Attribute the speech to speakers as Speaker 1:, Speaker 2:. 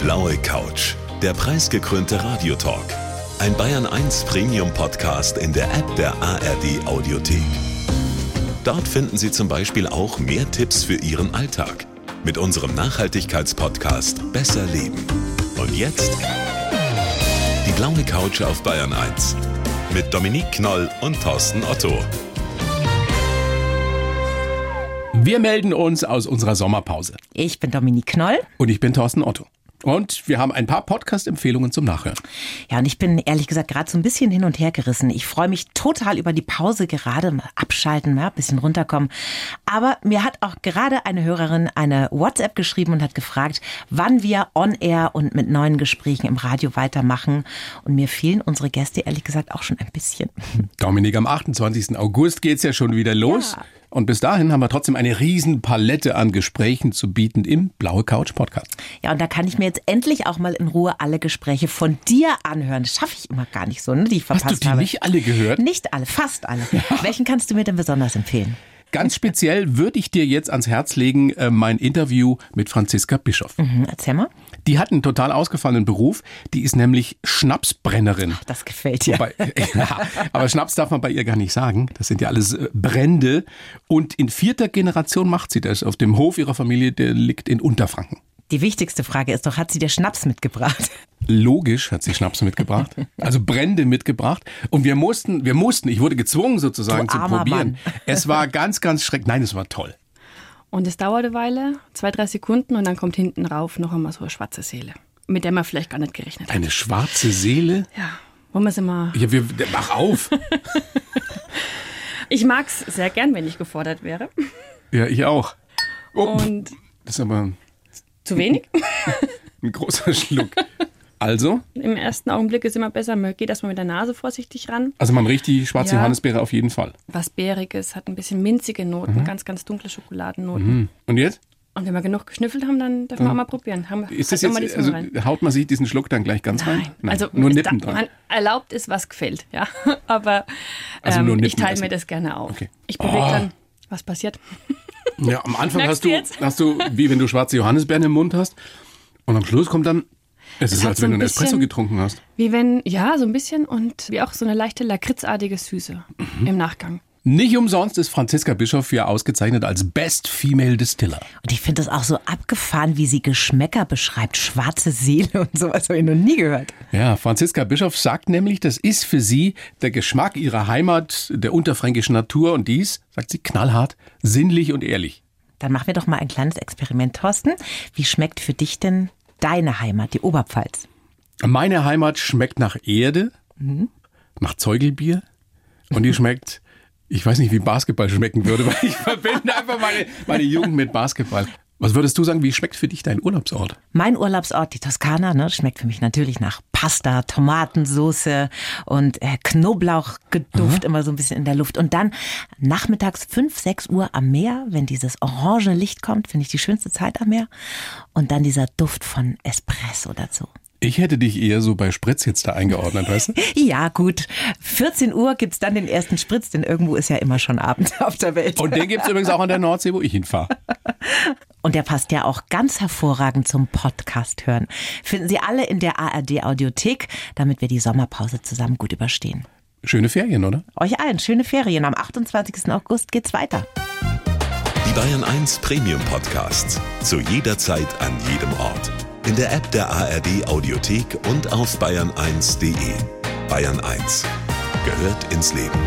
Speaker 1: blaue Couch. Der preisgekrönte Radiotalk. Ein Bayern 1 Premium Podcast in der App der ARD Audiothek. Dort finden Sie zum Beispiel auch mehr Tipps für Ihren Alltag mit unserem Nachhaltigkeitspodcast Besser Leben. Und jetzt die blaue Couch auf Bayern 1 mit Dominique Knoll und Thorsten Otto.
Speaker 2: Wir melden uns aus unserer Sommerpause.
Speaker 3: Ich bin Dominique Knoll.
Speaker 2: Und ich bin Thorsten Otto. Und wir haben ein paar Podcast-Empfehlungen zum Nachhören.
Speaker 3: Ja, und ich bin ehrlich gesagt gerade so ein bisschen hin und her gerissen. Ich freue mich total über die Pause gerade, mal abschalten, mal ein bisschen runterkommen. Aber mir hat auch gerade eine Hörerin eine WhatsApp geschrieben und hat gefragt, wann wir on air und mit neuen Gesprächen im Radio weitermachen. Und mir fehlen unsere Gäste ehrlich gesagt auch schon ein bisschen.
Speaker 2: Dominik, am 28. August geht's ja schon wieder los.
Speaker 3: Ja.
Speaker 2: Und bis dahin haben wir trotzdem eine riesen Palette an Gesprächen zu bieten im Blaue Couch Podcast.
Speaker 3: Ja, und da kann ich mir jetzt endlich auch mal in Ruhe alle Gespräche von dir anhören. Das schaffe ich immer gar nicht so, ne, die ich
Speaker 2: Hast
Speaker 3: verpasst
Speaker 2: du die
Speaker 3: habe.
Speaker 2: nicht alle gehört?
Speaker 3: Nicht alle, fast alle. Welchen kannst du mir denn besonders empfehlen?
Speaker 2: Ganz speziell würde ich dir jetzt ans Herz legen äh, mein Interview mit Franziska Bischoff.
Speaker 3: Mhm, erzähl mal.
Speaker 2: Die hat einen total ausgefallenen Beruf. Die ist nämlich Schnapsbrennerin.
Speaker 3: Das gefällt dir.
Speaker 2: Wobei, ja, aber Schnaps darf man bei ihr gar nicht sagen. Das sind ja alles äh, Brände. Und in vierter Generation macht sie das. Auf dem Hof ihrer Familie, der liegt in Unterfranken.
Speaker 3: Die wichtigste Frage ist doch, hat sie dir Schnaps mitgebracht?
Speaker 2: Logisch hat sie Schnaps mitgebracht, also Brände mitgebracht. Und wir mussten, wir mussten, ich wurde gezwungen sozusagen
Speaker 3: Du
Speaker 2: zu
Speaker 3: armer
Speaker 2: probieren.
Speaker 3: Mann.
Speaker 2: Es war ganz, ganz schrecklich. Nein, es war toll.
Speaker 4: Und es dauert eine Weile, zwei, drei Sekunden und dann kommt hinten rauf noch einmal so eine schwarze Seele, mit der man vielleicht gar nicht gerechnet hat.
Speaker 2: Eine schwarze Seele.
Speaker 4: Ja, wo man immer.
Speaker 2: Ja, wir, mach auf.
Speaker 4: Ich mag's sehr gern, wenn ich gefordert wäre.
Speaker 2: Ja, ich auch. Oh, pff,
Speaker 4: Und
Speaker 2: das ist aber
Speaker 4: zu wenig.
Speaker 2: ein großer Schluck. Also,
Speaker 4: Im ersten Augenblick ist immer besser, man geht erstmal mit der Nase vorsichtig ran.
Speaker 2: also man riecht die schwarze
Speaker 4: Ja.
Speaker 2: Johannisbeere auf jeden Fall.
Speaker 4: Was Bäriges, hat ein bisschen minzige Noten,
Speaker 2: Mhm.
Speaker 4: ganz, ganz dunkle Schokoladennoten.
Speaker 2: Und jetzt?
Speaker 4: Und wenn wir genug geschnüffelt haben, dann dürfen wir auch mal probieren. Haben,
Speaker 2: Mhm. Ist
Speaker 4: halt
Speaker 2: das
Speaker 4: auch mal
Speaker 2: jetzt,
Speaker 4: die Zunge
Speaker 2: also
Speaker 4: rein.
Speaker 2: haut man sich diesen Schluck dann gleich ganz rein?
Speaker 4: Nein, also
Speaker 2: nur
Speaker 4: es
Speaker 2: Nippen
Speaker 4: darf-
Speaker 2: dran.
Speaker 4: Man erlaubt ist, was gefällt, ja. Aber
Speaker 2: Also
Speaker 4: ähm,
Speaker 2: nur
Speaker 4: ich
Speaker 2: Nippen
Speaker 4: teile
Speaker 2: essen.
Speaker 4: mir das gerne auf.
Speaker 2: Okay.
Speaker 4: Ich bewege
Speaker 2: Oh.
Speaker 4: dann, was passiert?
Speaker 2: Ja, am Anfang
Speaker 4: Merkst
Speaker 2: hast du,
Speaker 4: du jetzt?
Speaker 2: hast du, wie wenn du schwarze Johannisbeeren im Mund hast. Und am Schluss kommt dann, es ist,
Speaker 4: hat
Speaker 2: als
Speaker 4: so
Speaker 2: wenn du
Speaker 4: ein
Speaker 2: einen Espresso
Speaker 4: bisschen-
Speaker 2: getrunken hast.
Speaker 4: Wie wenn, ja, so ein bisschen und wie auch so eine leichte lakritzartige Süße
Speaker 2: Mhm.
Speaker 4: im Nachgang.
Speaker 2: Nicht umsonst ist Franziska Bischoff ja ausgezeichnet als Best Female Distiller.
Speaker 3: Und ich finde das auch so abgefahren, wie sie Geschmäcker beschreibt. Schwarze Seele und sowas habe ich noch nie gehört.
Speaker 2: Ja, Franziska Bischoff sagt nämlich, das ist für sie der Geschmack ihrer Heimat, der unterfränkischen Natur und dies, sagt sie knallhart, sinnlich und ehrlich.
Speaker 3: Dann machen wir doch mal ein kleines Experiment, Thorsten. Wie schmeckt für dich denn deine Heimat, die Oberpfalz?
Speaker 2: Meine Heimat schmeckt nach Erde, nach Zeugelbier und die schmeckt, ich weiß nicht, wie Basketball schmecken würde, weil ich verbinde einfach meine, meine Jugend mit Basketball. Was würdest du sagen, wie schmeckt für dich dein Urlaubsort?
Speaker 3: Mein Urlaubsort, die Toskana, ne, schmeckt für mich natürlich nach Pasta, Tomatensoße und äh, Knoblauchgeduft immer so ein bisschen in der Luft. Und dann nachmittags 5, 6 Uhr am Meer, wenn dieses orange Licht kommt, finde ich die schönste Zeit am Meer. Und dann dieser Duft von Espresso dazu.
Speaker 2: Ich hätte dich eher so bei Spritz jetzt da eingeordnet, weißt du?
Speaker 3: Ja, gut. 14 Uhr gibt's dann den ersten Spritz, denn irgendwo ist ja immer schon Abend auf der Welt.
Speaker 2: Und den gibt's übrigens auch an der Nordsee, wo ich hinfahre.
Speaker 3: Und der passt ja auch ganz hervorragend zum Podcast hören. Finden Sie alle in der ARD Audiothek, damit wir die Sommerpause zusammen gut überstehen.
Speaker 2: Schöne Ferien, oder?
Speaker 3: Euch allen schöne Ferien. Am 28. August geht's weiter.
Speaker 1: Die Bayern 1 Premium Podcasts. Zu jeder Zeit, an jedem Ort. In der App der ARD Audiothek und auf bayern1.de. Bayern 1 gehört ins Leben.